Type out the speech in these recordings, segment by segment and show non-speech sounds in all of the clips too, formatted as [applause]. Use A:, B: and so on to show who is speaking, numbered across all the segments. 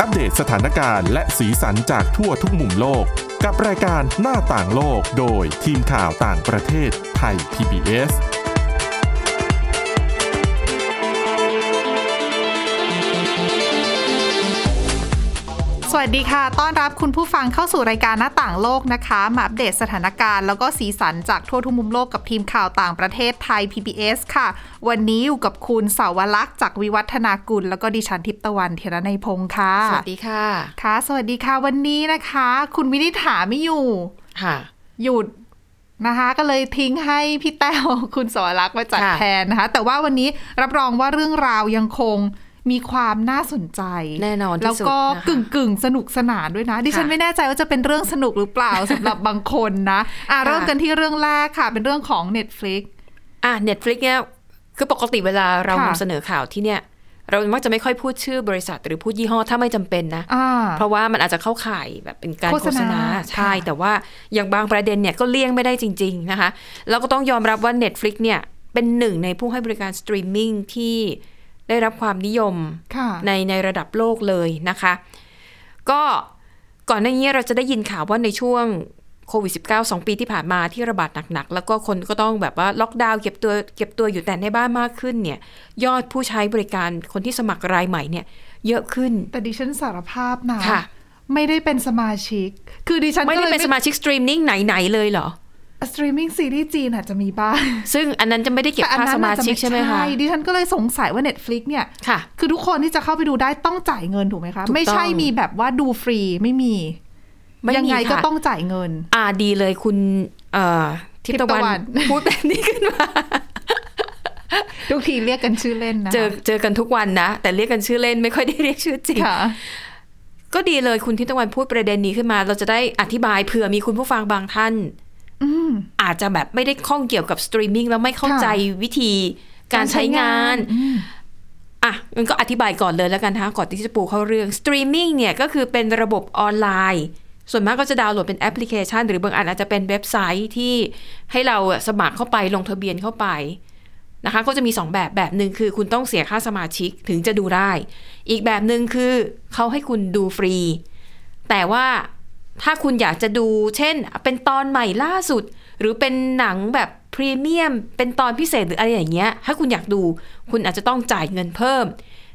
A: อัปเดตสถานการณ์และสีสันจากทั่วทุกมุมโลก กับรายการหน้าต่างโลกโดยทีมข่าวต่างประเทศไทย PBS
B: สวัสดีค่ะ ต้อนรับคุณผู้ฟังเข้าสู่รายการหน้าต่างโลกนะคะ มาอัปเดตสถานการณ์แล้วก็สีสันจากทั่วทุกมุมโลกกับทีมข่าวต่างประเทศไทย PBS ค่ะ วันนี้อยู่กับคุณเสาวลักษณ์จากวิวัฒนากุล แล้วก็ดิฉันทิพย์ตะวันเทระในยพงค์ค่ะ
C: สวัสดีค่ะ
B: ค่ะ สวัสดีค่ะวันนี้นะคะ คุณวินิษฐาไม่อยู่
C: ค่ะ
B: หยุดนะคะก็เลยทิ้งให้พี่แต้ว คุณสวรักษ์มาจัด
C: ค่ะ
B: แทนนะคะ แต่ว่าวันนี้รับรองว่าเรื่องราวยังคงมีความน่าสนใจ
C: แน่นอน
B: แล้
C: ที่
B: ว
C: สุด
B: ก็
C: นะคะ
B: กึ่งกึ่งๆ สนุกสนานด้วยนะ ดิฉัน
C: ค่ะ
B: ไม่แน่ใจว่าจะเป็นเรื่องสนุกหรือเปล่า สำหรับบางคนนะอ่ะ
C: ค่ะ
B: เริ่มกันที่เรื่องแรกค่ะ เป็นเรื่องของ Netflix
C: อ่ะ Netflix เนี่ยคือปกติเวลาเรา
B: ค่ะ
C: นำเสนอข่าวที่เนี่ย เรามักจะไม่ค่อยพูดชื่อบริษัทหรือพูดยี่ห้อถ้าไม่จำเป็นนะ
B: อ่า
C: เพราะว่ามันอาจจะเข้าข่ายแบบเป็นการ
B: โฆ
C: โฆ
B: ษ
C: ษ
B: ณา
C: ณาใช่
B: ค่ะ
C: แต่ว่าอย่างบางประเด็นเนี่ยก็เลี่ยงไม่ได้จริง ๆ นะคะ แล้วก็ต้องยอมรับว่า Netflix เนี่ยเป็นหนึ่งในผู้ให้บริการสตรีมมิ่งที่ได้รับความนิยม
B: ค่ะ
C: ในในระดับโลกเลยนะคะ ก็ก่อนหน้านี้เราจะได้ยินข่าวว่าในช่วงโควิด -19 สองปีที่ผ่านมาที่ระบาดหนักๆ แล้วก็คนก็ต้องแบบว่าล็อกดาวน์เก็บตัวเก็บตัวอยู่แต่ในบ้านมากขึ้นเนี่ยยอดผู้ใช้บริการคนที่สมัครรายใหม่เนี่ยเยอะขึ้น
B: แต่ดิฉันสารภาพนะ
C: ค่ะ
B: ไม่ได้เป็นสมาชิก คือดิฉัน
C: ไม่ได้
B: ก็ลย
C: เป็นสมาชิกสตรีมมิ่งไหน ๆ เลยเหรอ
B: สตรีมมิ่งซีรีส์จีนอาจจะมีบ้าง
C: ซึ่งอันนั้นจะไม่ได้เก็บ
B: แต่อัน
C: ค่า
B: นั้น
C: สมา
B: อจจะ
C: ชิกใช่ไหมคะ
B: ดิฉันก็เลยสงสัยว่า Netflix เนี่ย
C: ค่ะ
B: คือทุกคนที่จะเข้าไปดูได้ต้องจ่ายเงินถูกไหมคะ
C: ถูกต้อง
B: ไม่ใช่มีแบบว่าดูฟรีไม่มี
C: ม่มี
B: ยัไงก็
C: ค่ะ
B: ต้องจ่ายเงิน
C: อ่าดีเลยคุณเอ่อทิพย์ตะ
B: ทิพย์ตะวั
C: วัน นพูดแบบนี้ขึ้นมา
B: ทุกทีเรียกกันชื่อเล่นนะ
C: เจอเจอกันทุกวันนะ แต่เรียกกันชื่อเล่นไม่ค่อยได้เรียกชื่อจริง
B: ค่ะ
C: ก็ดีเลยคุณทิพย์ตะวันพูดประเด็นนี้ขึ้นมา เราจะได้อธิบายเผื่อมีคุณผู้ฟังบางท่าน
B: อืม
C: อาจจะแบบไม่ได้ข้องเกี่ยวกับสตรีมมิ่งแล้วไม่เข้า
B: ค่ะ
C: ใจวิธีการใช้งาน
B: อืม
C: อ่ะมันก็อธิบายก่อนเลยแล้วกันนะคะก่อนที่จะปูเข้าเรื่องสตรีมมิ่งเนี่ยก็คือเป็นระบบออนไลน์ ส่วนมากก็จะดาวน์โหลดเป็นแอปพลิเคชัน หรือบางอันอาจจะเป็นเว็บไซต์ที่ให้เราอะสมัครเข้าไปลงทะเบียนเข้าไปนะคะ ก็จะมีสองแบบแบบหนึ่งคือคุณต้องเสียค่าสมาชิกถึงจะดูได้ อีกแบบหนึ่งคือเขาให้คุณดูฟรี แต่ว่าถ้าคุณอยากจะดูเช่น เป็นตอนใหม่ล่าสุด หรือเป็นหนังแบบพรีเมียม เป็นตอนพิเศษหรืออะไรอย่างเงี้ย ถ้าคุณอยากดู คุณอาจจะต้องจ่ายเงินเพิ่ม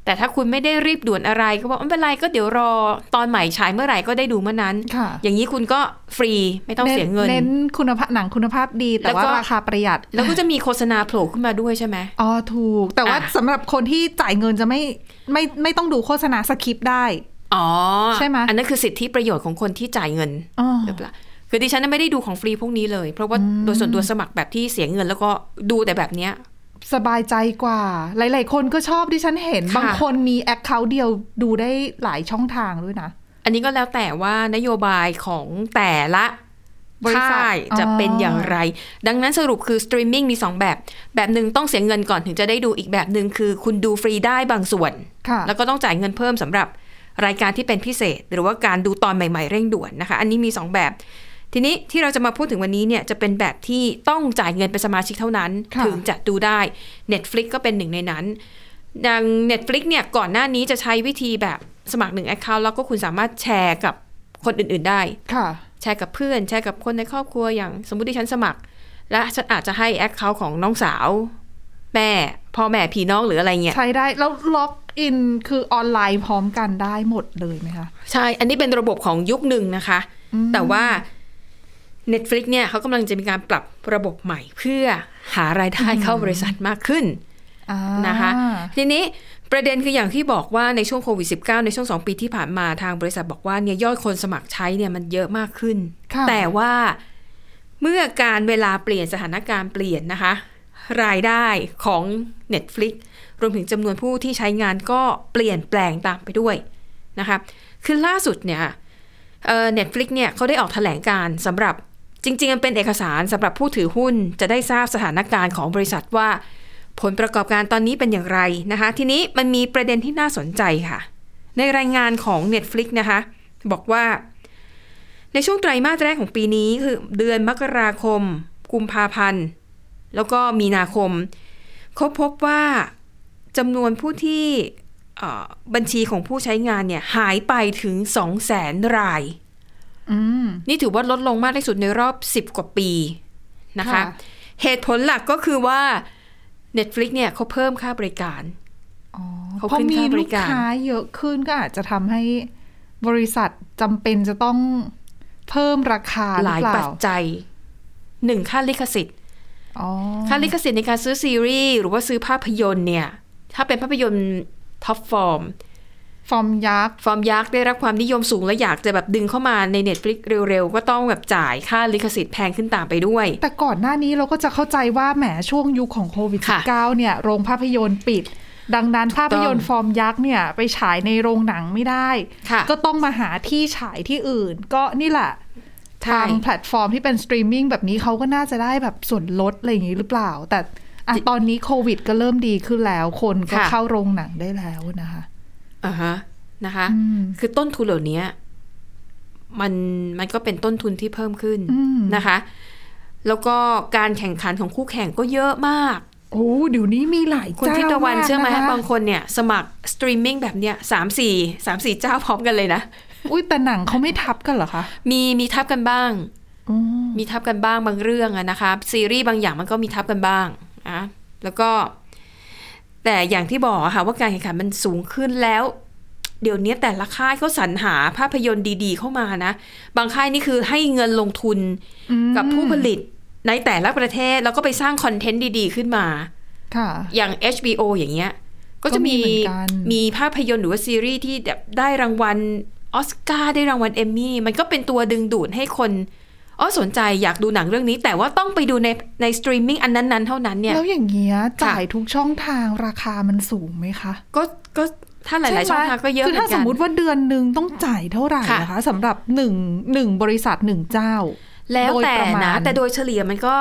C: แต่ถ้าคุณไม่ได้รีบด่วนอะไรก็บอกไม่เป็นไรก็เดี๋ยวรอตอนใหม่ฉายเมื่อไหร่ก็ได้ดูเมื่อนั้น
B: ค่ะ
C: อย่างนี้คุณก็ฟรีไม่ต้องเสียเงิน
B: เน้นคุณภาพหนังคุณภาพดี แต่ว่า
C: แล้วก็
B: ราคาประหยัด
C: แล้วก็จะมีโฆษณาโผล่ขึ้นมาด้วยใช่ไหม
B: อ๋อถูก แต่ว่า
C: อ่ะ
B: สำหรับคนที่จ่ายเงินจะไม่ไม่ไม่ต้องดูโฆษณาสคริปต์ได้
C: อ๋อ
B: ใช่ไหม
C: อันนั้นคือสิทธิประโยชน์ของคนที่จ่ายเงิน
B: อ๋อ
C: หรือเปล่าคือดิฉันน่ะไม่ได้ดูของฟรีพวกนี้เลย เพราะว่าโดยส่วนตัวสมัครแบบที่เสียเงินแล้วก็ดูแต่แบบเนี้ย
B: สบายใจกว่า หลาย ๆ คนก็ชอบที่ฉันเห็น
C: ค่ะ
B: บางคนมีแอคเคาท์เดียวดูได้หลายช่องทางด้วยนะ
C: อันนี้ก็แล้วแต่ว่านโยบายของแต่ละ
B: บริษัท
C: ค่ายจะ
B: อ๋อ
C: เป็นอย่างไร ดังนั้นสรุปคือสตรีมมิ่งมีสองแบบ แบบหนึ่งต้องเสียเงินก่อนถึงจะได้ดูอีกแบบหนึ่งคือคุณดูฟรีได้บางส่วน
B: ค่ะ
C: แล้วก็ต้องจ่ายเงินเพิ่มสำหรับรายการที่เป็นพิเศษ หรือว่าการดูตอนใหม่ๆเร่งด่วนนะคะ อันนี้มี 2 แบบ ทีนี้ที่เราจะมาพูดถึงวันนี้เนี่ยจะเป็นแบบที่ต้องจ่ายเงินเป็นสมาชิกเท่านั้น
B: ค่ะ
C: ถึงจะดูได้ Netflix ก็เป็นหนึ่งในนั้นดัง Netflix เนี่ยก่อนหน้านี้จะใช้วิธีแบบสมัครหนึ่ง Account แล้วก็คุณสามารถแชร์กับคนอื่นๆได้
B: ค่ะ
C: แชร์กับเพื่อน แชร์กับคนในครอบครัวอย่างสมมติที่ฉันสมัคร และฉันอาจจะให้แอคเคาท์ของน้องสาวแม่พ่อแม่พี่น้องหรืออะไรเงี้ย
B: ใช้ได้ แล้วล็อกอินคือออนไลน์พร้อมกันได้หมดเลยไหมคะ
C: ใช่ อันนี้เป็นระบบของยุคหนึ่งนะคะ แต่ว่า Netflix เนี่ยเขากำลังจะมีการปรับระบบใหม่ เพื่อหารายได้เข้าบริษัทมากขึ้น
B: อ่า
C: นะคะ ทีนี้ประเด็นคืออย่างที่บอกว่าในช่วงโควิด -19 ในช่วง 2 ปีที่ผ่านมาทางบริษัทบอกว่าเนี่ยยอดคนสมัครใช้เนี่ยมันเยอะมากขึ้น
B: ค่ะ
C: แต่ว่าเมื่อการเวลาเปลี่ยนสถานการณ์เปลี่ยนนะคะ รายได้ของ Netflix รวมถึงจำนวนผู้ที่ใช้งานก็เปลี่ยนแปลงตามไปด้วยนะคะคือล่าสุดเนี่ยเอ่อ Netflix เนี่ยเขาได้ออกแถลงการณ์สำหรับจริงๆมันเป็นเอกสารสำหรับผู้ถือหุ้นจะได้ทราบสถานการณ์ของบริษัทว่า ผลประกอบการตอนนี้เป็นอย่างไรนะคะ ทีนี้มันมีประเด็นที่น่าสนใจค่ะ ในรายงานของ Netflix นะคะ บอกว่า ในช่วงไตรมาสแรกของปีนี้คือเดือนมกราคม กุมภาพันธ์ แล้วก็มีนาคมเขาพบว่าจำนวนผู้ที่ เอ่อบัญชีของผู้ใช้งานเนี่ยหายไปถึง 2 0 0แสนราย
B: อืม
C: นี่ถือว่าลดลงมากที่สุดในรอบ 10 กว่าปีนะคะ
B: ค่ะ
C: เหตุผลหลักก็คือว่า Netflix เนี่ยเขาเพิ่มค่าบริการ
B: อ๋อ
C: เขา
B: พอ
C: ขึ้น
B: มี
C: ค่าบ
B: ลู
C: ริ
B: ก
C: การ
B: ค้าเยอะขึ้นก็อาจจะทำให้บริษัทจำเป็นจะต้องเพิ่มราคา
C: ห
B: หรื
C: ลา
B: อย เป
C: ปั
B: ล่า
C: จจัยหนึ่งค่าลิขสิทธิ์
B: อ๋อ
C: ค่าลิขสิทธิ์ในการซื้อซีรีส์หรือว่าซื้อภาพยนตร์เนี่ย ถ้าเป็นภาพยนตร์ท็อปฟอร์ม
B: ฟอร์มยักษ์
C: ฟอร์มยักษ์ได้รับความนิยมสูงและอยากจะแบบดึงเข้ามาใน Netflix เร็วๆ ก็ต้องแบบจ่ายค่าลิขสิทธิ์แพงขึ้นตามไปด้วย
B: แต่ก่อนหน้านี้เราก็จะเข้าใจว่าแหมช่วงยุคของโควิด
C: ค่ะ
B: -19 เนี่ย โรงภาพยนตร์ปิด ดังนั้นภาพยนตร์ฟอร์มยักษ์เนี่ย ไปฉายในโรงหนังไม่ได้
C: ค่ะ
B: ก็ต้องมาหาที่ฉายที่อื่น ก็นี่แหละ ทางแพลตฟอร์มที่เป็นสตรีมมิ่งแบบนี้เขาก็น่าจะได้แบบส่วนลดอะไรอย่างนี้หรือเปล่า แต่อะตอนนี้โควิดก็เริ่มดีขึ้นแล้ว คนก็
C: ค่ะ
B: เข้าโรงหนังได้แล้วนะคะ
C: อ่าฮะนะคะ
B: อืม
C: คือต้นทุนเหล่านี้มันมันก็เป็นต้นทุนที่เพิ่มขึ้น
B: อืม
C: นะคะ แล้วก็การแข่งขันของคู่แข่งก็เยอะมาก
B: โอ้เดี๋ยวนี้มีหลาย
C: คุณ
B: เจ้า
C: ทิตวัน
B: าก
C: เชื่อไหม
B: นะคะ
C: บางคนเนี่ยสมัครสตรีมมิ่งแบบเนี้ยสามสี่สามสี่เจ้าพร้อมกันเลยนะ
B: อุ้ยแต่หนังเขาไม่ทับกันเหรอคะ
C: มีมีทับกันบ้าง
B: อืม
C: มีทับกันบ้างบางเรื่องอะนะคะ ซีรีส์บางอย่างมันก็มีทับกันบ้างอะแล้วก็ แต่อย่างที่บอกอะค่ะว่าการแข่งขันมันสูงขึ้นแล้ว เดี๋ยวนี้แต่ละค่ายก็สรรหาภาพยนตร์ดีๆเข้ามานะ บางค่ายนี่คือให้เงินลงทุนกับผู้ผลิตในแต่ละประเทศ แล้วก็ไปสร้างคอนเทนต์ดีๆ ขึ้นมา
B: ค่ะ
C: อย่าง HBO อย่างเงี้ย ก็จะมี
B: ก็มีเหมือนกัน
C: มีภาพยนตร์หรือว่าซีรีส์ที่แบบได้รางวัลออสการ์ได้รางวัลเอมมี่ มันก็เป็นตัวดึงดูดให้คนอ๋อสนใจอยากดูหนังเรื่องนี้ แต่ว่าต้องไปดูในในสตรีมมิ่งอันนั้น ๆ เท่านั้นเนี่ย
B: แล้วอย่างเงี้ย
C: ค่ะ
B: จ่ายทุกช่องทางราคามันสูงไหมคะ
C: ก็ก็ถ้าหลาย ๆ ช่องทางก็เยอะ
B: คือ
C: เหมือ
B: ถ้านส
C: กั
B: ม
C: น
B: มติว่าเดือนหนึ่งต้องจ่ายเท่าไหร่
C: ค่ะ
B: นะคะสำหรับหนึ่งหนึ่งบริษัทหนึ่งเจ้า
C: แล้ว
B: โด
C: แต่
B: ยประมา
C: นะ
B: ณ
C: แต่โดยเฉลี่ยมันก็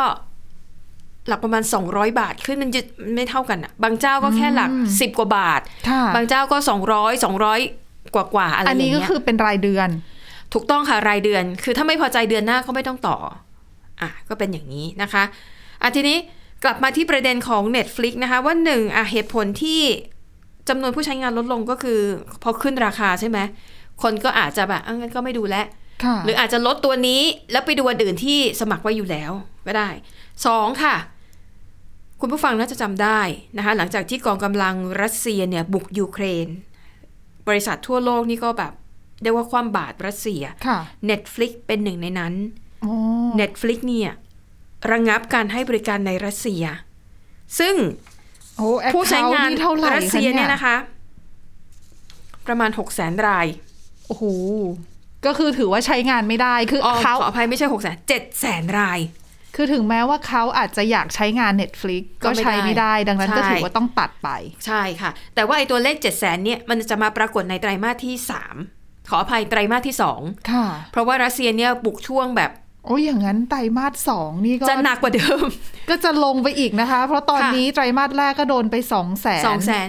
C: หลักประมาณ 200 บาทขึ้นมันจะไม่เท่ากันอะบางเจ้าก็แค่หลัก 10 กว่าบาท
B: ค่ะ
C: บางเจ้าก็ 200 200 กว่าๆอะไรอ
B: อั
C: ย่าน งเงี้
B: นี้
C: ย
B: ก็คือเป็นรายเดือน
C: ถูกต้องค่ะ รายเดือน คือถ้าไม่พอใจเดือนหน้าก็ไม่ต้องต่อ อ่ะ ก็เป็นอย่างนี้นะคะอ่ะทีนี้กลับมาที่ประเด็นของ Netflix นะคะ ว่าหนึ่งอ่ะเหตุผลที่จำนวนผู้ใช้งานลดลงก็คือ พอขึ้นราคาใช่ไหม คนก็อาจจะแบบอ่ะงั้นก็ไม่ดูแล้ว
B: ค่ะ
C: หรืออาจจะลดตัวนี้แล้วไปดูอันอื่นที่สมัครไว้อยู่แล้วก็ได้สองค่ะ คุณผู้ฟังน่าจะจำได้นะคะหลังจากที่กองกำลังรัสเซียเนี่ยบุกยูเครน บริษัททั่วโลกนี่ก็แบบเรียกว่าความบาตรรัสเซีย
B: ค่ะ
C: Netflix เป็นหนึ่งในนั้น
B: อ๋อ
C: Netflix เนี่ยระงับการให้บริการในรัสเซีย ซึ่ง
B: โอ้
C: ผู้ใช้งาน
B: account เท่าไหร่
C: รัสเซีย
B: คะ
C: เนี่ยนะคะ ประมาณ6 0 0 0 0 0 ราย
B: โอ้โห ก็คือถือว่าใช้งานไม่ได้ คือ
C: อ๋อ
B: เขา
C: ขออภัยไม่ใช่6 0 0 0 0 0 7 0 0 0 0 ราย
B: คือถึงแม้ว่าเขาอาจจะอยากใช้งาน Netflix
C: ก็
B: ก็
C: ไม่ได้
B: ใช้ไม่ได้ ดังนั้นก็
C: ใช่
B: ถือว่าต้องตัดไป
C: ใช่ค่ะ แต่ว่าไอ้ตัวเลข 7 0 0 0 0 0เนี่ยมันจะมาปรากฏในไตรมาสที่ 3 ขออภัยไตรมาสที่
B: ค่ะ
C: 2 เพราะว่ารัสเซียเนี่ยบุกช่วงแบบ
B: โอ้ยอย่างนั้นไตรมาสสองนี่ก็
C: จะหนักกว่าเดิม
B: ก็จะลงไปอีกนะคะ เพราะตอน
C: ค่ะ
B: นี้ไตรมาสแรกก็โดนไปสองแสน
C: สองแสน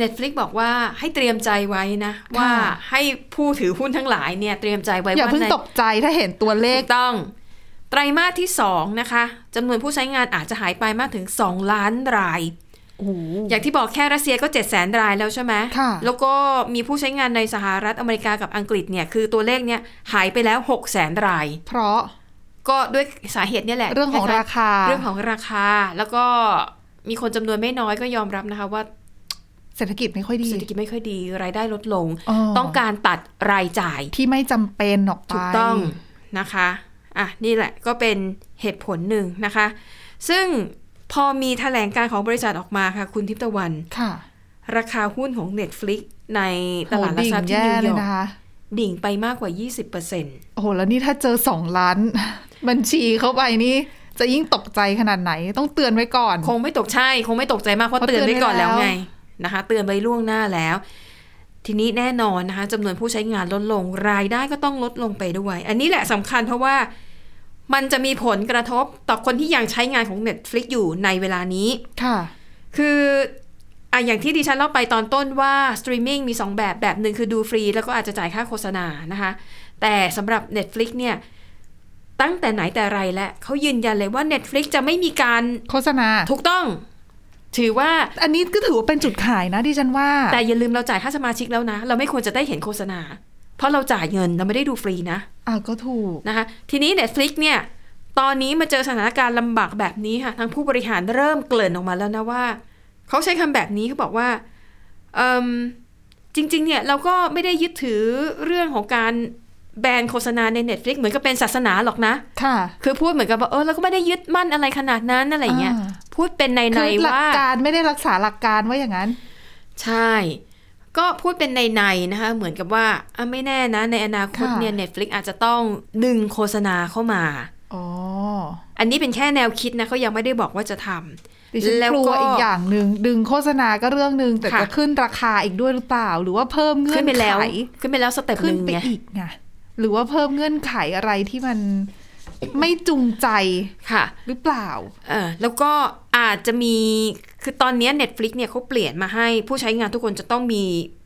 C: Netflix บอกว่าให้เตรียมใจไว้นะ
B: ค่ะ
C: ว่าให้ผู้ถือหุ้นทั้งหลายเนี่ยเตรียมใจไว้
B: อย่า
C: ว่า
B: เพิ่ง
C: ใน
B: ตกใจถ้าเห็นตัวเล
C: ถู
B: ข
C: กต้อง ไตรมาสที่ 2 นะคะจำนวนผู้ใช้งานอาจจะหายไปมากถึง 2 ล้านราย
B: โอ้โห
C: อย่างที่บอกแค่รัสเซียก็ 7 0 0 0 0 0 รายแล้วใช่ไหม
B: ค่ะ
C: แล้วก็มีผู้ใช้งานในสหรัฐอเมริกากับอังกฤษเนี่ยคือตัวเลขเนี่ยหายไปแล้ว 6 0 0 0 0 0 ราย
B: เพราะ
C: ก็ด้วยสาเหตุเนี่ยแหละ
B: เรื่องของ
C: ล้ยๆ
B: ราคา
C: เรื่องของราคาแล้วก็มีคนจำนวนไม่น้อยก็ยอมรับนะคะว่า
B: เศรษฐกิจไม่ค่อยดี
C: เศรษฐกิจไม่ค่อยดีรายได้ลดลง
B: อ๋อ
C: ต้องการตัดรายจ่าย
B: ที่ไม่จำเป็นออกไป
C: ถูกต้องนะคะอ่ะนี่แหละก็เป็นเหตุผลหนึ่งนะคะ ซึ่งพอมีแถลงการของบริษัทออกมาค่ะ คุณทิพย์ตะวัน
B: ค่ะ
C: ราคาหุ้นของ Netflix ในตลาดห
B: โห
C: ลัก
B: ดิ่ง
C: ทรัพย์ที่
B: แย่
C: นิวย
B: เลย
C: อร์ก
B: นะคะ
C: ดิ่งไปมากกว่า 20%
B: โอ้โห แล้วนี่ถ้าเจอสองล้าน [laughs] บัญชีเข้าไปนี่ จะยิ่งตกใจขนาดไหน ต้องเตือนไว้ก่อน
C: คงไม่ตกใช่ คงไม่ตกใจมากเพราะ
B: เพราะ
C: เตือนไว้ก่อน
B: เตื
C: แล้
B: อน
C: ว
B: ไว้แล้ว
C: ไงนะคะ เตือนไว้ล่วงหน้าแล้ว ทีนี้แน่นอนนะคะจำนวนผู้ใช้งานลดลง รายได้ก็ต้องลดลงไปด้วย อันนี้แหละสำคัญเพราะว่ามันจะมีผลกระทบต่อคนที่ยังใช้งานของ Netflix อยู่ในเวลานี้
B: ค่ะ
C: คืออ่ะอย่างที่ดิฉันเล่าไปตอนต้นว่าสตรีมมิ่งมี 2 แบบแบบหนึ่งคือดูฟรี แล้วก็อาจจะจ่ายค่าโฆษณานะคะ แต่สำหรับ Netflix เนี่ยตั้งแต่ไหนแต่ไรแล้วเขายืนยันเลยว่า Netflix จะไม่มีการ
B: โฆษณา
C: ถูกต้อง ถือว่า
B: อันนี้ก็ถือว่าเป็นจุดขายนะที่ฉันว่า
C: แต่อย่าลืมเราจ่ายค่าสมาชิกแล้วนะ เราไม่ควรจะได้เห็นโฆษณา เพราะเราจ่ายเงินเราไม่ได้ดูฟรีนะ
B: อ่าก็ถูก
C: นะคะทีนี้ Netflix เนี่ยตอนนี้มาเจอสถานการณ์ลำบากแบบนี้ค่ะทางผู้บริหารเริ่มเกริ่นออกมาแล้วนะว่า เขาใช้คำแบบนี้เขาบอกว่าเอิ่มจริงๆเนี่ยเราก็ไม่ได้ยึดถือเรื่องของการแบนโฆษณาใน Netflix เหมือนกับเป็นศาสนาหรอกนะ
B: ค่ะ
C: คือพูดเหมือนกับว่าเออเราก็ไม่ได้ยึดมั่นอะไรขนาดนั้นอะไรเงี้ย
B: อ่า
C: พูดเป็นในใน
B: คือ
C: ๆ
B: หลัก
C: ว่า
B: การไม่ได้รักษาหลักการว่าอย่างนั้น
C: ใช่ ก็พูดเป็นในในๆนะคะ เหมือนกับว่าอ่ะไม่แน่นะ ในอนาคต
B: ค่ะ
C: เนี่ย Netflix อาจจะต้องดึงโฆษณาเข้ามา
B: อ๋อ
C: อันนี้เป็นแค่แนวคิดนะเขายังไม่ได้บอกว่าจะทำ
B: ดิฉัน
C: แล้ว
B: ก
C: ก็
B: ลัวอีกอย่างหนึ่งดึงโฆษณาก็เรื่องหนึ่งแต่
C: ค่ะ
B: จะขึ้นราคาอีกด้วยหรือเปล่า หรือว่าเพิ่มเงื่อ
C: ขึ้
B: นน
C: ไปแล้ว
B: ไข
C: ขึ้นไปแล้วสเต็ปห
B: ขึ้น
C: นึ่ง
B: ไป
C: ไง
B: อีกไงหรือว่าเพิ่มเงื่อนไขอะไรที่มันไม่จูงใจ
C: ค่ะ
B: หรือเปล่า
C: เออแล้วก็อาจจะมีคือตอนเนี้ย Netflix เนี่ยเขาเปลี่ยนมาให้ผู้ใช้งานทุกคนจะต้องมี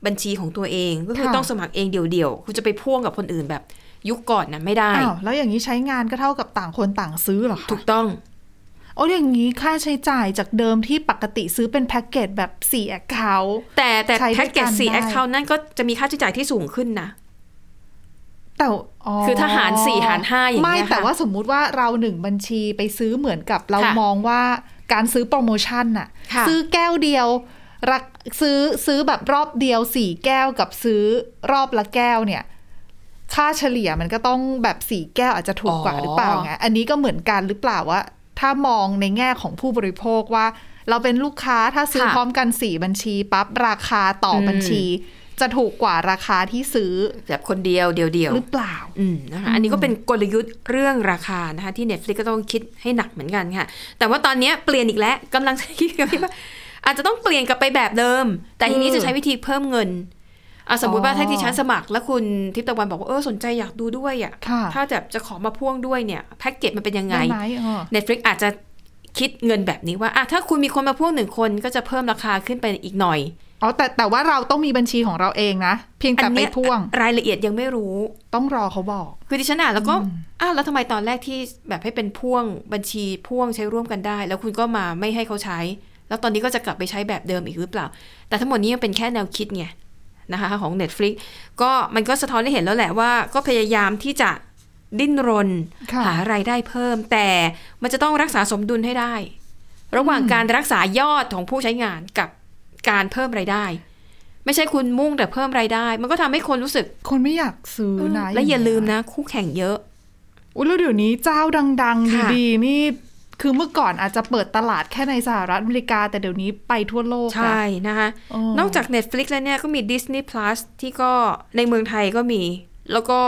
C: บัญชีของตัวเอง ก็คือ
B: ค่ะ
C: ต้องสมัครเองเดี่ยวๆ คุณจะไปพ่วงกับคนอื่นแบบยุคก่อนนะไม่ได้
B: อ้าวแล้วอย่างนี้ใช้งานก็เท่ากับต่างคนต่างซื้อเหรอ
C: ถู
B: คะ
C: กต้อง
B: โอ้อย่างนี้ค่าใช้จ่ายจากเดิมที่ปกติซื้อเป็นแพ็กเกจแบบ4 account
C: แต่แต่
B: ใช้ด้วยกัน
C: แพ็กเกจสี่
B: ได้
C: แอคเคาท์นั่นก็จะมีค่าใช้จ่ายที่สูงขึ้นนะ
B: แต่
C: คือถ้าหารสี่หารห้าอย่างเงี้ย
B: ไม่แต่
C: ค่ะ
B: ว่าสมมุติว่าเราหนึ่งบัญชีไปซื้อเหมือนกับเรา
C: ค่ะ
B: มองว่าการซื้อโปรโมชั่นน่ะ
C: ค่ะ
B: ซื้อแก้วเดียวรักซื้อซื้อแบบรอบเดียวสี่แก้วกับซื้อรอบละแก้วเนี่ย ค่าเฉลี่ยมันก็ต้องแบบสี่แก้วอาจจะถูกกว่า
C: อ๋อ
B: หรือเปล่าไงอันนี้ก็เหมือนกันหรือเปล่าว่า ถ้ามองในแง่ของผู้บริโภคว่า เราเป็นลูกค้าถ้าซื้อ
C: ค่ะ
B: พร้อมกันสี่บัญชีปั๊บราคาต่ออ
C: ม
B: บัญชี จะถูกกว่าราคาที่ซื้อ
C: แบบคนเดียวเดียว
B: ห
C: ๆ
B: รือเปล่า
C: อืมนะคะอันนี้ก็เป็นกลยุทธ์เรื่องราคานะคะที่ Netflix ก็ต้องคิดให้หนักเหมือนกันค่ะ แต่ว่าตอนเนี้ยเปลี่ยนอีกแล้วกำลังจะคิดกันว่าอาจจะต้องเปลี่ยนกลับไปแบบเดิม แต่ทีนี้
B: คือ
C: จะใช้วิธีเพิ่มเงินอ่ะสมมติว่า
B: อ๋อ
C: ถ้าที่ฉันสมัครแล้วคุณทิพย์ตะวันบอกว่าเออสนใจอยากดูด้วยอ่ะ
B: ค่ะ
C: ถ้าแบบจะขอมาพ่วงด้วยเนี่ยแพ็กเกจมันเป็นยังไง
B: ได้ไหมอ๋อ
C: Netflix อาจจะคิดเงินแบบนี้ว่าอ่ะถ้าคุณมีคนมาพ่วงหนึ่งคนก็จะเพิ่มราคาขึ้นไปอีกหน่อย
B: อ๋อแต่แต่ว่าเราต้องมีบัญชีของเราเองนะ เพียงแต่
C: อัน
B: ไป
C: เนี้ย
B: พ่วง
C: รายละเอียดยังไม่รู้
B: ต้องรอเขาบอก
C: คือดิฉันอ่านแล้วก็อ้าวแล้วทำไมตอนแรกที่แบบให้เป็นพ่วงบัญชีพ่วงใช้ร่วมกันได้ แล้วคุณก็มาไม่ให้เขาใช้ แล้วตอนนี้ก็จะกลับไปใช้แบบเดิมอีกหรือเปล่า แต่ทั้งหมดนี้ยังเป็นแค่แนวคิดไงนะคะของ Netflix ก็มันก็สะท้อนให้เห็นแล้วแหละว่า ก็พยายามที่จะดิ้นรน
B: ค่ะ
C: หารายได้เพิ่ม แต่มันจะต้องรักษาสมดุลให้ได้ ระหว่างการรักษายอดของผู้ใช้งานกับการเพิ่มรายได้ ไม่ใช่คุณมุ่งแต่เพิ่มรายได้ มันก็ทำให้คนรู้สึก
B: คนไม่อยากซื้อนะ
C: และอย่าลืม
B: งเงี้
C: นะคู่แข่งเยอะ
B: อุ้ยแล้วเดี๋ยวนี้เจ้าดัง
C: ค่ะ
B: ๆ ดีๆนี่ คือเมื่อก่อนอาจจะเปิดตลาดแค่ในสหรัฐอเมริกา แต่เดี๋ยวนี้ไปทั่วโลกนะ
C: ใช่นะคะ
B: อ๋อ
C: นอกจาก Netflix แล้วเนี่ยก็มี Disney Plus ที่ก็ในเมืองไทยก็มี แล้วก็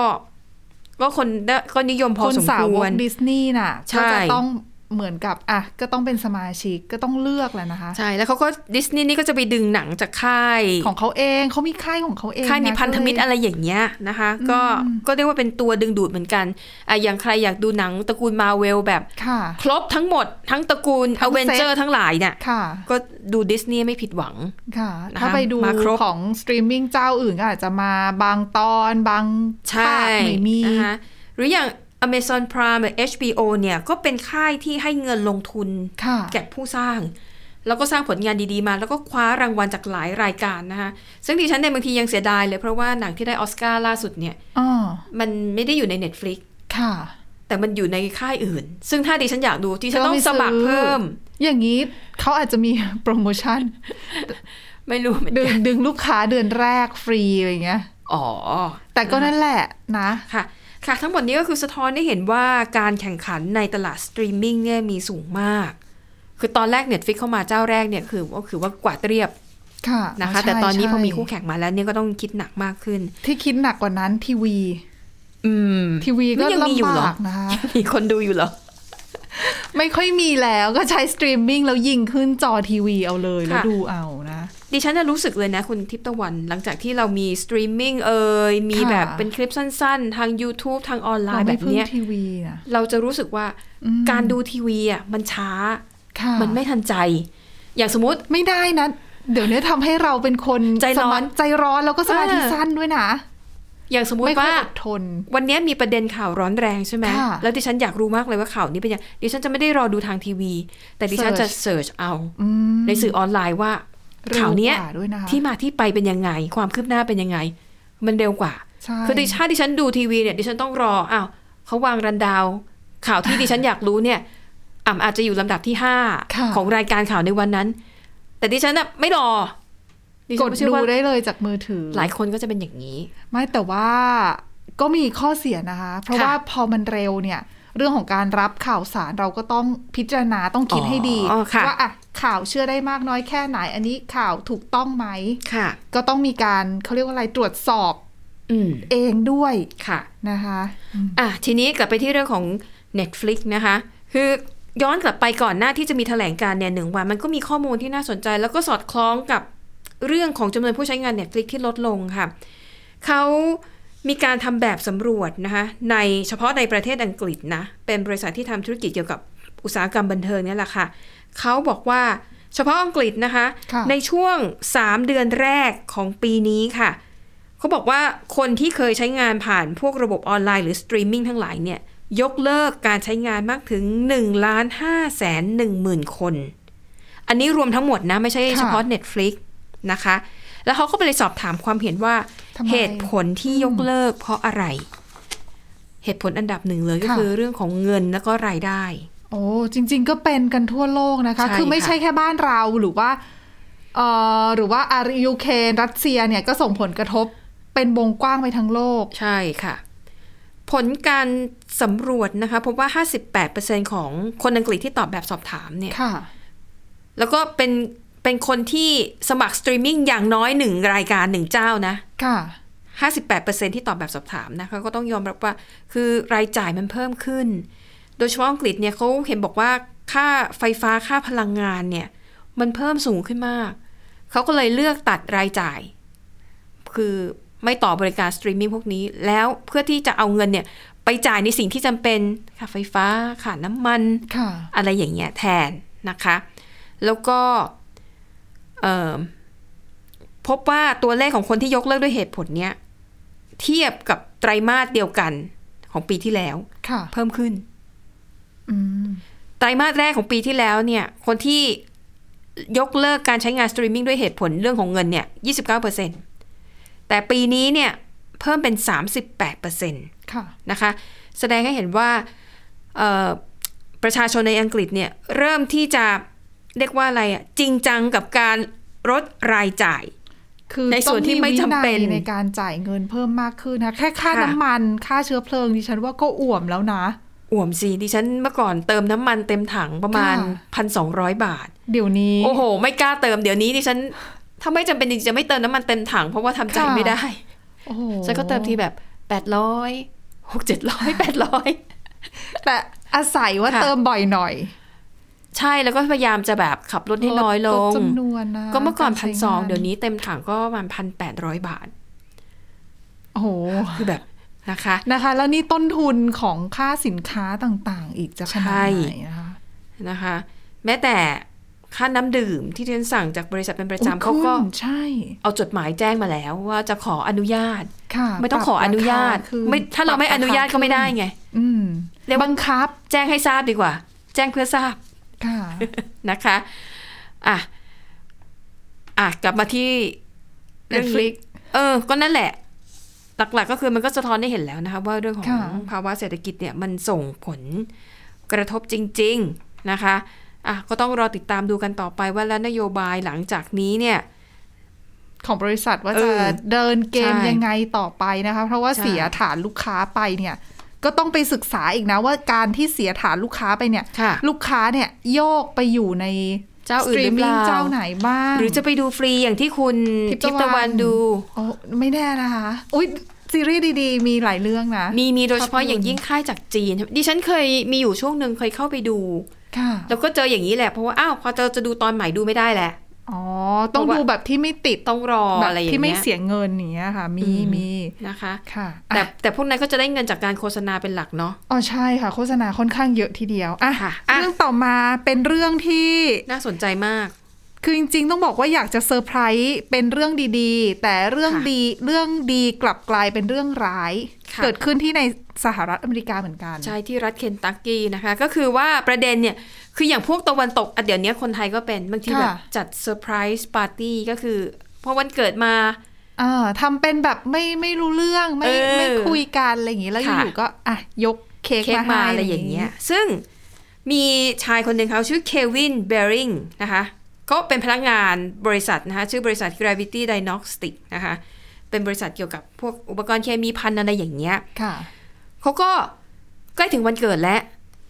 C: ก็คนได้ก็นิยมพอ
B: คน
C: สม
B: สา
C: คว ว
B: ก
C: ร
B: ดิสนีย์น่ะ
C: ใช่
B: ก็จะต้องเหมือนกับอ่ะก็ต้องเป็นสมาชิกก็ต้องเลือกแหละนะคะ
C: ใช่ แล้วเขาก็ดิสนีย์นี่ก็จะไปดึงหนังจากค่าย
B: ของเขาเองเขามีค่ายของเขาเอง
C: ค่ายมี
B: นะ
C: พันธมิตร
B: ก็
C: อะ
B: เลย
C: ไรอย่างเงี้ยนะคะ ก็
B: อืม
C: ก็เรียกว่าเป็นตัวดึงดูดเหมือนกันอ่ะอย่างใครอยากดูหนังตระกูลมาเวลแบบ
B: ค่ะ
C: ครบทั้งหมด ทั้งตระกูล
B: ทั้
C: อง
B: เซ็ต
C: เวนเจอร์ทั้งหลายเนี่ย
B: ค่ะ
C: ก็ดูดิสนีย์ไม่ผิดหวัง
B: ค่ะ
C: นะคะ
B: ถ้าไปดู
C: มาครบ
B: ของสตรีมมิ่งเจ้าอื่นก็อาจจะมาบางตอนบาง
C: ใช่
B: ภาคไม่มี
C: นะคะหรืออย่าง Amazon Prime หรือ HBO เนี่ย ก็เป็นค่ายที่ให้เงินลงทุน
B: ค่ะ
C: แก่ผู้สร้าง แล้วก็สร้างผลงานดีๆมา แล้วก็คว้ารางวัลจากหลายรายการนะคะซึ่งดิฉันในยบางทียังเสียดายเลยเพราะว่าหนังที่ได้ออสการ์ล่าสุดเนี่ย
B: อ๋อ
C: มันไม่ได้อยู่ใน Netflix
B: ค่ะ
C: แต่มันอยู่ในค่ายอื่น ซึ่งถ้าดิฉันอยากดูดิฉันต้องสมัครเพิ่ม
B: อย่างนี้เขาอาจจะมี โปรโมชั่น
C: ไม่รู้เหมือน
B: ดึง
C: กัน
B: ดึงลูกค้าเดือนแรกฟรีอะไรอย่างเงี้ย
C: อ๋อ
B: แต่ก็นั่นแหละนะ
C: ค่ะ ค่ะ ทั้งหมดนี้ก็คือสะท้อนให้เห็นว่าการแข่งขันในตลาดสตรีมมิ่งเนี่ยมีสูงมาก คือตอนแรก Netflix เข้ามาเจ้าแรกเนี่ยคือก็คือว่ากวาดเรียบ
B: ค่ะ
C: นะคะ
B: ใช่
C: แต่ตอนนี้พอมี
B: ใช่
C: คู่แข่งมาแล้วเนี่ยก็ต้องคิดหนักมากขึ้น
B: ที่คิดหนักกว่านั้นทีวี
C: อืม
B: ทีวีก็
C: นี่ยังมีอยู่เหร
B: ลำ
C: อ
B: บากนะคะ
C: มีคนดูอยู่เหรอ
B: ไม่ค่อยมีแล้วก็ใช้สตรีมมิ่งแล้วยิงขึ้นจอทีวีเอาเลย แล้ว
C: ค่ะ
B: ดูเอานะ
C: ดิฉันน่ะรู้สึกเลยนะคุณทิพย์ตะวัน หลังจากที่เรามีสตรีมมิ่งเอ่ยมี
B: ค่ะ
C: แบบเป็นคลิปสั้นๆ ทาง YouTube ทางออนไล
B: เรา
C: น์แบ
B: ไม่
C: บ
B: พึ่ง
C: เนี้ย
B: ทีวีนะ
C: เราจะรู้สึกว่า
B: อืม
C: การดูทีวีอ่ะมันช้า
B: ค่ะ
C: มันไม่ทันใจ อย่างสมมติ
B: ไม่ได้นะ เดี๋ยวนี้ทำให้เราเป็นคน
C: ใจร้อน
B: สมาธิใจร้อนแล้วก็สมาธิ
C: เออ
B: สั้นด้วยนะ
C: อย่างสมมุติ
B: ไม่ค่อย
C: ว่า
B: อดทน
C: วันนี้มีประเด็นข่าวร้อนแรงใช่ไหม
B: ค่ะ
C: แล้วดิฉันอยากรู้มากเลยว่าข่าวนี้เป็นยังดิฉันจะไม่ได้รอดูทางทีวี แต่ดิฉันจะเสิร์ชเอา
B: อืม
C: ในสื่อออนไลน์ว่า ข่าวเนี้ย
B: เร็กด้วยนะคะ
C: ที่มาที่ไปเป็นยังไง ความคืบหน้าเป็นยังไง มันเร็วกว่า
B: ใช่
C: คือดิฉันดิฉันดูทีวีเนี่ยดิฉันต้องรออ้าวเขาวางรันดาวข่าวที่ ดิฉันอยากรู้เนี่ยอ่ำอาจจะอยู่ลำดับที่ห้า
B: ค่ะ
C: ของรายการข่าวในวันนั้น แต่ดิฉันน่ะไม่รอดิ
B: ก
C: ฉัน
B: ด
C: ก็เชื่อ
B: ดู
C: ว่า
B: ได้เลยจากมือถือ
C: หลายคนก็จะเป็นอย่างนี้
B: ไม่แต่ว่าก็มีข้อเสียนะคะ เพราะ
C: ค่ะ
B: ว่าพอมันเร็วเนี่ย เรื่องของการรับข่าวสารเราก็ต้องพิจารณาต้องคิด
C: อ๋อ
B: ให้ดี
C: ค่ะ
B: ว่าอ่ะข่าวเชื่อได้มากน้อยแค่ไหน อันนี้ข่าวถูกต้องไหม
C: ค่ะ
B: ก็ต้องมีการเขาเรียกว่าอะไรตรวจสอบ
C: อืม
B: เองด้วย
C: ค่ะ
B: นะคะอืม
C: อ่ะทีนี้กลับไปที่เรื่องของ Netflix นะคะ คือย้อนกลับไปก่อนหน้าที่จะมีแถลงการณ์เนี่ยหนึ่งวันมันก็มีข้อมูลที่น่าสนใจ แล้วก็สอดคล้องกับเรื่องของจำนวนผู้ใช้งาน Netflix ที่ลดลงค่ะ เขามีการทำแบบสำรวจนะคะในเฉพาะในประเทศอังกฤษนะ เป็นบริษัทที่ทำธุรกิจเกี่ยวกับอุตสาหกรรมบันเทิงเนี่ยแหละค่ะ เขาบอกว่าเฉพาะอังกฤษนะคะ
B: ค่ะ
C: ในช่วง 3 เดือนแรกของปีนี้ค่ะ เขาบอกว่าคนที่เคยใช้งานผ่านพวกระบบออนไลน์หรือสตรีมมิ่งทั้งหลายเนี่ย ยกเลิกการใช้งานมากถึง1ล้าน5แสน1หมื่นคน อันนี้รวมทั้งหมดนะ ไม่ใช่เฉพาะ Netflix นะคะ แล้วเขาก็ไปเลยสอบถามความเห็นว่า
B: ทำไม
C: เหตุผลที่ยกเลิกเพราะอะไร เหตุผลอันดับหนึ่งเลยก็
B: ค่ะ
C: คือเรื่องของเงินแล้วก็รายได้
B: โอ้จริง ๆ ก็เป็นกันทั่วโลกนะคะ
C: ใช่
B: คือไม่
C: ค่ะ
B: ใช่แค่บ้านเราหรือว่าเอ่อหรือว่าอาริยูเครนรัสเซียเนี่ยก็ส่งผลกระทบเป็นวงกว้างไปทั้งโลก
C: ใช่ค่ะ ผลการสำรวจนะคะพบว่า 58%ของคนอังกฤษที่ตอบแบบสอบถามเนี่ย
B: ค่ะ
C: แล้วก็เป็นเป็นคนที่สมัครสตรีมมิ่งอย่างน้อยหนึ่งรายการหนึ่งเจ้านะ
B: ค่ะ
C: 58%ที่ตอบแบบสอบถามนะคะก็ต้องยอมรับว่าคือรายจ่ายมันเพิ่มขึ้น โดยเฉพาะอังกฤษเนี่ยเขาเห็นบอกว่าค่าไฟฟ้าค่าพลังงานเนี่ย มันเพิ่มสูงขึ้นมาก เขาก็เลยเลือกตัดรายจ่าย คือไม่ต่อบริการสตรีมมิ่งพวกนี้ แล้วเพื่อที่จะเอาเงินเนี่ย ไปจ่ายในสิ่งที่จำเป็นค่าไฟฟ้าค่าน้ำมัน
B: ค่ะ
C: อะไรอย่างเงี้ยแทนนะคะ แล้วก็เอ่อพบว่าตัวเลขของคนที่ยกเลิกด้วยเหตุผลเนี้ยเทียบกับไตรมาสเดียวกันของปีที่แล้ว
B: ค่ะ
C: เพิ่มขึ้น
B: อืม
C: ไตรมาสแรกของปีที่แล้วเนี่ย คนที่ยกเลิกการใช้งานสตรีมมิ่งด้วยเหตุผลเรื่องของเงินเนี่ย 29%แต่ปีนี้เนี่ยเพิ่มเป็น 38%
B: ค่ะ
C: นะคะแสดงให้เห็นว่าเอ่อประชาชนในอังกฤษเนี่ยเริ่มที่จะเรียกว่าอะไรอะจริงจังกับการลดรายจ่าย
B: คือ
C: ในส่วนที่ไม่จำเป็น
B: ต้องมีวิยในการจ่ายเงินเพิ่มมากขึ้นนะ แค่ค่า
C: ค่ะ
B: น้ำมัน ค่าเชื้อเพลิงดิฉันว่าก็อ่วมแล้วนะ
C: อ่วมสิดิฉันเมื่อก่อนเติมน้ำมันเต็มถังประมาณ
B: ค่
C: 1,200 บาท
B: เดี๋ยวนี้
C: โอ้โห ไม่กล้าเติมเดี๋ยวนี้ดิฉันถ้าไม่จำเป็นจริงๆจะไม่เติมน้ำมันเต็มถังเพราะว่าทำใจ
B: ค่ะ
C: ไม่ได้
B: โอ้โห
C: ฉันก็เติมทีแบบ 800 6 700 800
B: แต่อาศัยว่า
C: ค่ะ
B: เติมบ่อยหน่อย
C: [laughs] ใช่แล้วก็พยายามจะแบบขับรถให้น้อยล
B: ด
C: ง
B: จำนวนนะ
C: ก็เมื่อก่อน
B: าร
C: พั
B: ใช้
C: น
B: งา
C: สองเดี๋ยวนี้เต็มถังก็ประมาณพันแปดร้อยบาท
B: โอ้โห
C: คือแบบนะคะ
B: นะคะ แล้วนี่ต้นทุนของค่าสินค้าต่างๆ อีกจะขนาดไหนนะคะ
C: นะคะ แม้แต่ค่าน้ำดื่มที่เรียนสั่งจากบริษัทเป็นประ
B: โอ้
C: จำเขาก็
B: ขึ้นใช่
C: เอาจดหมายแจ้งมาแล้วว่าจะขออนุญาต
B: ค่ะ
C: ไม่ต้องขออนุญาต
B: ปรับรคขึ้น
C: ไม่ถ้าเราไม่อนุญาตก็ไม่ได้ไง
B: อืม
C: เรียกว่า
B: บังคับ
C: แจ้งให้ทราบดีกว่า แจ้งเพื่อทราบ [laughs]
B: ค่ะ
C: นะคะอ่ะอ่ะกลับมาที่เรื่อง
B: Netflix
C: เออ ก็นั่นแหละ หลักๆก็คือมันก็สะท้อนได้เห็นแล้วนะคะ ว่าเรื่องของ
B: ค่ะ
C: ภาวะเศรษฐกิจเนี่ยมันส่งผลกระทบจริง ๆนะคะอ่ะก็ต้องรอติดตามดูกันต่อไปว่าแล้วนโยบายหลังจากนี้เนี่ย
B: ของบริษัทว่าจะ
C: เออ
B: เดินเกม
C: ใช่
B: ยังไงต่อไปนะคะ เพราะว่า
C: ใช่
B: เสียฐานลูกค้าไปเนี่ย ก็ต้องไปศึกษาอีกนะว่าการที่เสียฐานลูกค้าไปเนี่ย
C: ค่ะ
B: ลูกค้าเนี่ยโยกไปอยู่ใน
C: เจ้าอื่
B: ส
C: น
B: ตรีมมิ่ง
C: หรือเปล่า
B: เจ้าไหนบ้าง
C: หรือจะไปดูฟรีอย่างที่คุณ
B: ทิ
C: ทิ
B: พ
C: พ
B: ย์
C: ย์
B: ตะ
C: ตะ
B: วั
C: วัน นดู
B: โอ้ไม่แน่นะคะ อุ้ยซีรีส์ดีๆ มีหลายเรื่องนะ
C: มีมีโดยเฉพาะ
B: ภาพยนตร์
C: อย่างยิ่งค่ายจากจีน ดิฉันเคยมีอยู่ช่วงหนึ่งเคยเข้าไปดู
B: ค่ะ
C: แล้วก็เจออย่างนี้แหละเพราะว่าอ้าวพอเจอจะดูตอนใหม่ดูไม่ได้แหละ
B: อ๋อ ต้อง
C: เพราะว่า
B: ดูแบบที่ไม่ติด
C: ต้องรอ
B: แบบ
C: อะไรอย่างเงี้ย
B: ที่ไม่เสียเงินอย่างเนี้ยค่ะ มีมี
C: นะคะ
B: ค่ะ
C: แต่
B: อ่ะ
C: แต่พวกนั้นก็จะได้เงินจากการโฆษณาเป็นหลักเนาะ
B: อ๋อใช่ค่ะ โฆษณาค่อนข้างเยอะทีเดียวอ่ะ
C: ค่ะอ่ะ
B: เรื่องต่อมาเป็นเรื่องที่
C: น่าสนใจมาก
B: คือจริงๆ ต้องบอกว่าอยากจะเซอร์ไพรส์เป็นเรื่องดีๆ แต่เรื่อง
C: ค่ะ
B: ดีเรื่องดีกลับกลายเป็นเรื่องร้าย
C: ค่ะ
B: เกิดขึ้นที่ในสหรัฐอเมริกาเหมือนกัน
C: ใช่ที่รัฐเคนตักกี้นะคะ ก็คือว่าประเด็นเนี่ย คืออย่างพวกตะวันตกอ่ะเดี๋ยวนี้คนไทยก็เป็น บางที
B: ค่ะ
C: แบบจัดเซอร์ไพรส์ปาร์ตี้ก็คือพอวันเกิดมา
B: อ่าทำเป็นแบบไม่ไม่รู้เรื่องไม่
C: เออ
B: ไม่คุยกันอะไรอย่างนี้แล้วอ
C: ค่ะ
B: ยู่ๆก็อ่ะยกเค้ก
C: เค้ก
B: มา
C: มา
B: ให้
C: อะไรอย่างเงี้ย ซึ่งมีชายคนหนึ่งเขาชื่อเควินเบริงนะคะ ก็เป็นพนักงานบริษัทนะคะ ชื่อบริษัท Gravity Diagnostic นะคะ เป็นบริษัทเกี่ยวกับพวกอุปกรณ์เคมีพันอะไรอย่างเงี้ย
B: ค่ะ
C: เขาก็ใกล้ถึงวันเกิดแล้ว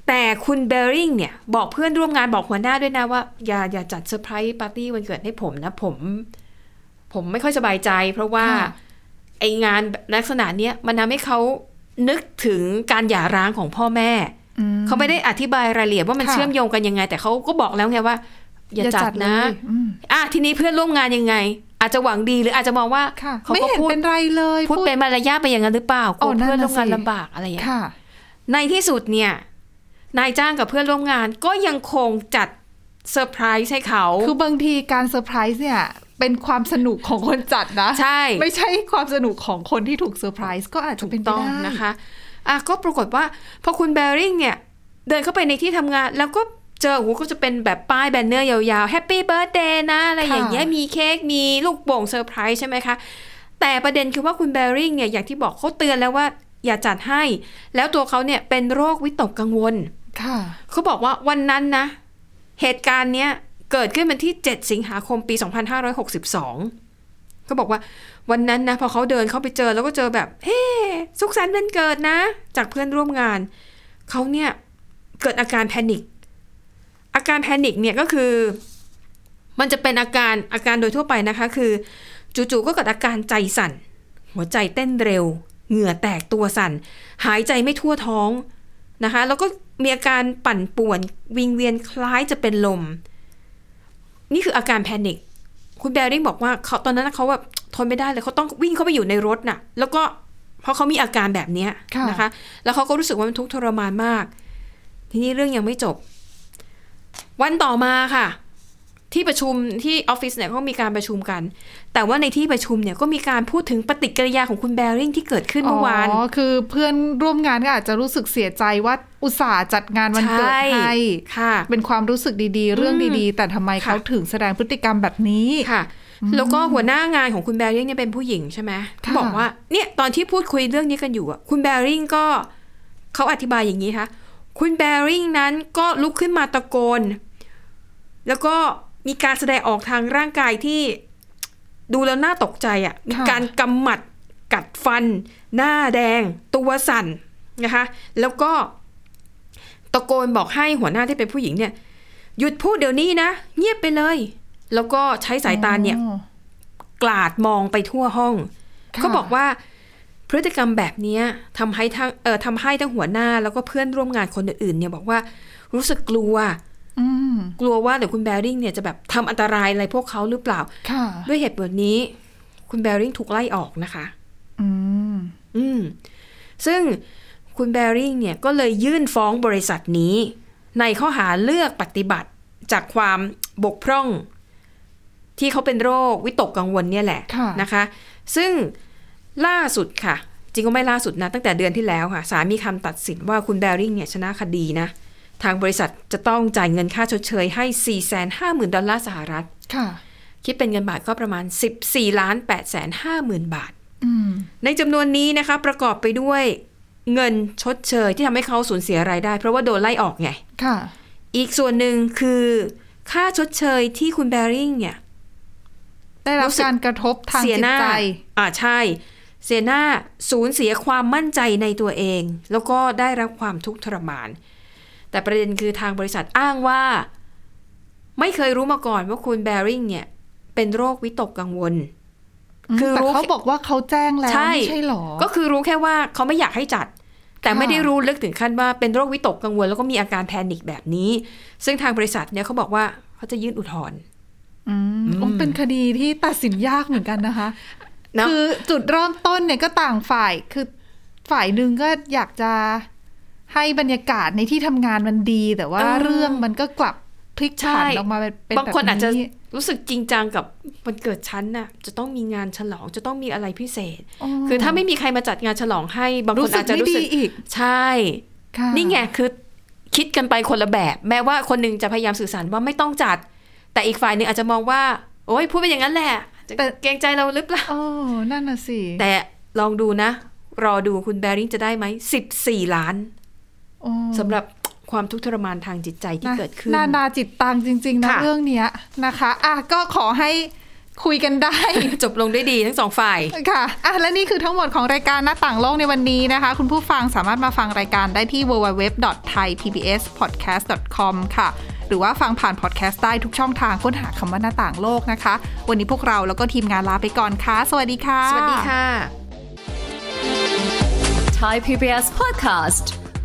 C: แต่คุณเบริงเนี่ย บอกเพื่อนร่วมงานบอกหัวหน้าด้วยนะว่า อย่าอย่าจัดเซอร์ไพรส์ปาร์ตี้วันเกิดให้ผมนะ ผม ผมไม่ค่อยสบายใจ เพราะว่า
B: ค่ะ
C: ไองานลักษณะเนี้ยมันทำให้เขานึกถึงการหย่าร้างของพ่อแม่
B: อืม
C: เขาไม่ได้อธิบายรายละเอียดว่ามัน
B: ค่ะ
C: เชื่อมโยงกันยังไง แต่เขาก็บอกแล้วไงว่า อย่าจัดนะ
B: เลยอืม
C: อ่ะทีนี้เพื่อนร่วมงานยังไง อาจจะหวังดีหรืออาจจะมองว่า
B: ค่ะ
C: เขา
B: ไม่
C: ก็
B: เห็น
C: พูด
B: เป็นไรเลย
C: พูดเป็นมารยาทไปอย่างนั้นหรือเปล่ากลัว
B: โอ้นั่
C: เพื่อน นร่
B: น่ะ
C: วม
B: สิ
C: งานลำบากอะไรอย่างเงี้ย
B: ค่ะ
C: ในที่สุดเนี่ยนายจ้างกับเพื่อนร่วมงานก็ยังคงจัดเซอร์ไพรส์ให้เขา
B: คือบางทีการเซอร์ไพรส์เนี่ย เป็นความสนุกของคนจัดนะ
C: ใช่
B: ไม่ใช่ความสนุกของคนที่ถูกเซอร์ไพรส์ก็อาจจะเป็นไป
C: ต้อง
B: ได้
C: นะคะอ่ะก็ปรากฏว่าพอคุณแบริ่งเนี่ย เดินเข้าไปในที่ทำงาน แล้วก็เจอโอ้โหก็จะเป็นแบบป้ายแบนเนอร์ยาวๆแฮปปี้เบิร์ดเดย์นะ อะไร
B: ค่ะ
C: อย่างเงี้ยมีเค้กมีลูกโป่งเซอร์ไพรส์ใช่ไหมคะ แต่ประเด็นคือว่าคุณแบริ่งเนี่ย อย่างที่บอกเขาเตือนแล้วว่าอย่าจัดให้ แล้วตัวเขาเนี่ยเป็นโรควิตกกังวล
B: ค่ะ
C: เขาบอกว่าวันนั้นนะ เหตุการณ์เนี้ยเกิดขึ้นวันที่ 7 สิงหาคมปี 2562 ก็บอกว่าวันนั้นนะ พอเขาเดินเข้าไปเจอแล้วก็เจอแบบเฮ้สุขสันต์วันเกิดนะ จากเพื่อนร่วมงาน เขาเนี่ยเกิดอาการแพนิคอาการแพนิคเนี่ยก็คือ มันจะเป็นอาการอาการโดยทั่วไปนะคะ คือจู่ๆก็เกิดอาการใจสั่น หัวใจเต้นเร็ว เหงื่อแตกตัวสั่น หายใจไม่ทั่วท้อง นะคะแล้วก็มีอาการปั่นป่วนวิงเวียนคล้ายจะเป็นลม นี่คืออาการแพนิคคุณแบริ่งบอกว่าเขาตอนนั้นเขาแบบทนไม่ได้เลยเขาต้องวิ่งเข้าไปอยู่ในรถน่ะ แล้วก็เพราะเขามีอาการแบบเนี้ย
B: ค่ะ
C: นะคะ แล้วเขาก็รู้สึกว่ามันทุกข์ทรมานมาก ทีนี้เรื่องยังไม่จบ วันต่อมาค่ะ ที่ประชุมที่ออฟฟิศเนี่ยเขามีการประชุมกัน แต่ว่าในที่ประชุมเนี่ยก็มีการพูดถึงปฏิกิริยาของคุณแบริ่งที่เกิดขึ้นเมื่อวาน
B: อ๋อ คือเพื่อนร่วมงานก็อาจจะรู้สึกเสียใจว่าอุตส่าห์จัดงานวันเกิด
C: ใช่
B: ให้
C: ค่ะ
B: เป็นความรู้สึกดีๆ เรื่องดีๆ แต่ทำไม
C: ค่ะ
B: เขาถึงแสดงพฤติกรรมแบบนี้
C: ค่ะ แล้วก็หัวหน้างานของคุณแบริ่งเนี่ยเป็นผู้หญิงใช่ไหม
B: ค่ะ
C: บอกว่าเนี่ยตอนที่พูดคุยเรื่องนี้กันอยู่อ่ะคุณแบริ่งก็เขาอธิบายอย่างนี้ค่ะคุณแบริ่งนั้นก็ลุกขึ้นมาตะโกน แล้วก็มีการแสดงออกทางร่างกายที่ดูแล้วน่าตกใจอ่ะมีการกำหมัดกัดฟัน หน้าแดง ตัวสั่นนะคะ แล้วก็ตะโกนบอกให้หัวหน้าที่เป็นผู้หญิงเนี่ย หยุดพูดเดี๋ยวนี้นะ เงียบไปเลย แล้วก็ใช้สายตาเนี่ย
B: อ๋อ
C: กลาดมองไปทั่วห้อง
B: ค่ะ
C: ก็บอกว่าพฤติกรรมแบบเนี้ยทำให้ทั้งเอ่อทำให้ทั้งหัวหน้าแล้วก็เพื่อนร่วมงานคนอื่นๆเนี่ยบอกว่ารู้สึกกลัว
B: อืม
C: กลัวว่าเดี๋ยวคุณแบริ่งเนี่ยจะแบบทำอันตรายอะไรพวกเขาหรือเปล่า
B: ค่ะ
C: ด้วยเหตุผลนี้ คุณแบริ่งถูกไล่ออกนะคะ
B: อืม
C: อืม ซึ่งคุณแบริ่งเนี่ยก็เลยยื่นฟ้องบริษัทนี้ ในข้อหาเลือกปฏิบัติจากความบกพร่อง ที่เขาเป็นโรควิตกกังวลเนี่ยแหละ
B: ค่ะ
C: นะคะ ซึ่งล่าสุดค่ะ จริงก็ไม่ล่าสุดนะ ตั้งแต่เดือนที่แล้วค่ะศาลมีคำตัดสินว่าคุณแบริ่งเนี่ยชนะคดีนะ ทางบริษัทจะต้องจ่ายเงินค่าชดเชยให้ 450,000 ดอลลาร์สหรัฐ
B: ค่ะ
C: คิดเป็นเงินบาทก็ประมาณ 14ล้าน8แสน50,000 บาท
B: อืม
C: ในจำนวนนี้นะคะประกอบไปด้วยเงินชดเชยที่ทำให้เขาสูญเสียรายได้ เพราะว่าโดนไล่ออกไง
B: ค่ะ
C: อีกส่วนหนึ่งคือค่าชดเชยที่คุณแบริ่งเนี่ย
B: ได้รั
C: รู้
B: บ
C: สึก
B: การกระทบทาง
C: เสี
B: จิ
C: ห
B: ต
C: น้า
B: ใจ
C: อ่าใช่ เสียหน้าสูญเสียความมั่นใจในตัวเอง แล้วก็ได้รับความทุกข์ทรมาน แต่ประเด็นคือทางบริษัทอ้างว่า ไม่เคยรู้มาก่อนว่าคุณแบริ่งเนี่ย เป็นโรควิตกกังวล คือ
B: แต่
C: รู้
B: เขาบอกว่าเขาแจ้งแล้ว
C: ใช่
B: ไม่ใช่หรอ
C: ก็คือรู้แค่ว่าเขาไม่อยากให้จัด แต่
B: ค่ะ
C: ไม่ได้รู้ลึกถึงขั้นว่าเป็นโรควิตกกังวล แล้วก็มีอาการแพนิคแบบนี้ ซึ่งทางบริษัทเนี่ยเขาบอกว่าเขาจะยื่นอุทธรณ์
B: อืมโอ้เป็นคดีที่ตัดสินยากเหมือนกันนะคะ
C: เนอะ
B: คือจุดเริ่มต้นเนี่ยก็ต่างฝ่ายคือฝ่ายหนึ่งก็อยากจะให้บรรยากาศในที่ทำงานมันดี แต่ว่า
C: เออ
B: เรื่องมันก็กลับพลิกผันออกมาเป็นแบบ
C: บางคนอาจจะ รู้สึกจริงจังกับวันเกิดฉันน่ะจะต้องมีงานฉลองจะต้องมีอะไรพิเศษ คือถ้าไม่มีใครมาจัดงานฉลองให้บาง
B: รู้
C: คน
B: สึก
C: อาจจะ
B: ไม่
C: รู้สึก
B: ดีอีก
C: ใช่
B: ค่ะ
C: นี่ไงคือคิดกันไปคนละแบบ แม้ว่าคนหนึ่งจะพยายามสื่อสารว่าไม่ต้องจัด แต่อีกฝ่ายหนึ่งอาจจะมองว่า โอ๊ยพูดไปอย่างนั้นแหละจะเกรงใจเราหรือเปล่า
B: โอ้นั่นน่ะสิ
C: แต่ลองดูนะ รอดูคุณแบริ่งจะได้ไหม14 ล้าน
B: โอ้
C: สำหรับความทุกข์ทรมานทางจิตใจที่
B: ะ
C: เกิดขึ้น
B: นานาจิตตังจริง ๆ นะ
C: ค่ะ
B: เรื่องเนี้ยนะคะอ่ะก็ขอให้คุยกันได้ [laughs]
C: จบลงด้วยดีทั้งสองฝ่าย
B: ค่ะอ่ะ และนี่คือทั้งหมดของรายการหน้าต่างโลกในวันนี้นะคะ คุณผู้ฟังสามารถมาฟังรายการได้ที่ www.thaipbspodcast.com ค่ะ หรือว่าฟังผ่านพอดแคสต์ได้ทุกช่องทางค้นหาคำว่าหน้าต่างโลกนะคะ วันนี้พวกเราแล้วก็ทีมงานลาไปก่อนค่ะ สวัสดีค่ะ
C: สวัสดีค่ะ
D: Thai PBS podcast.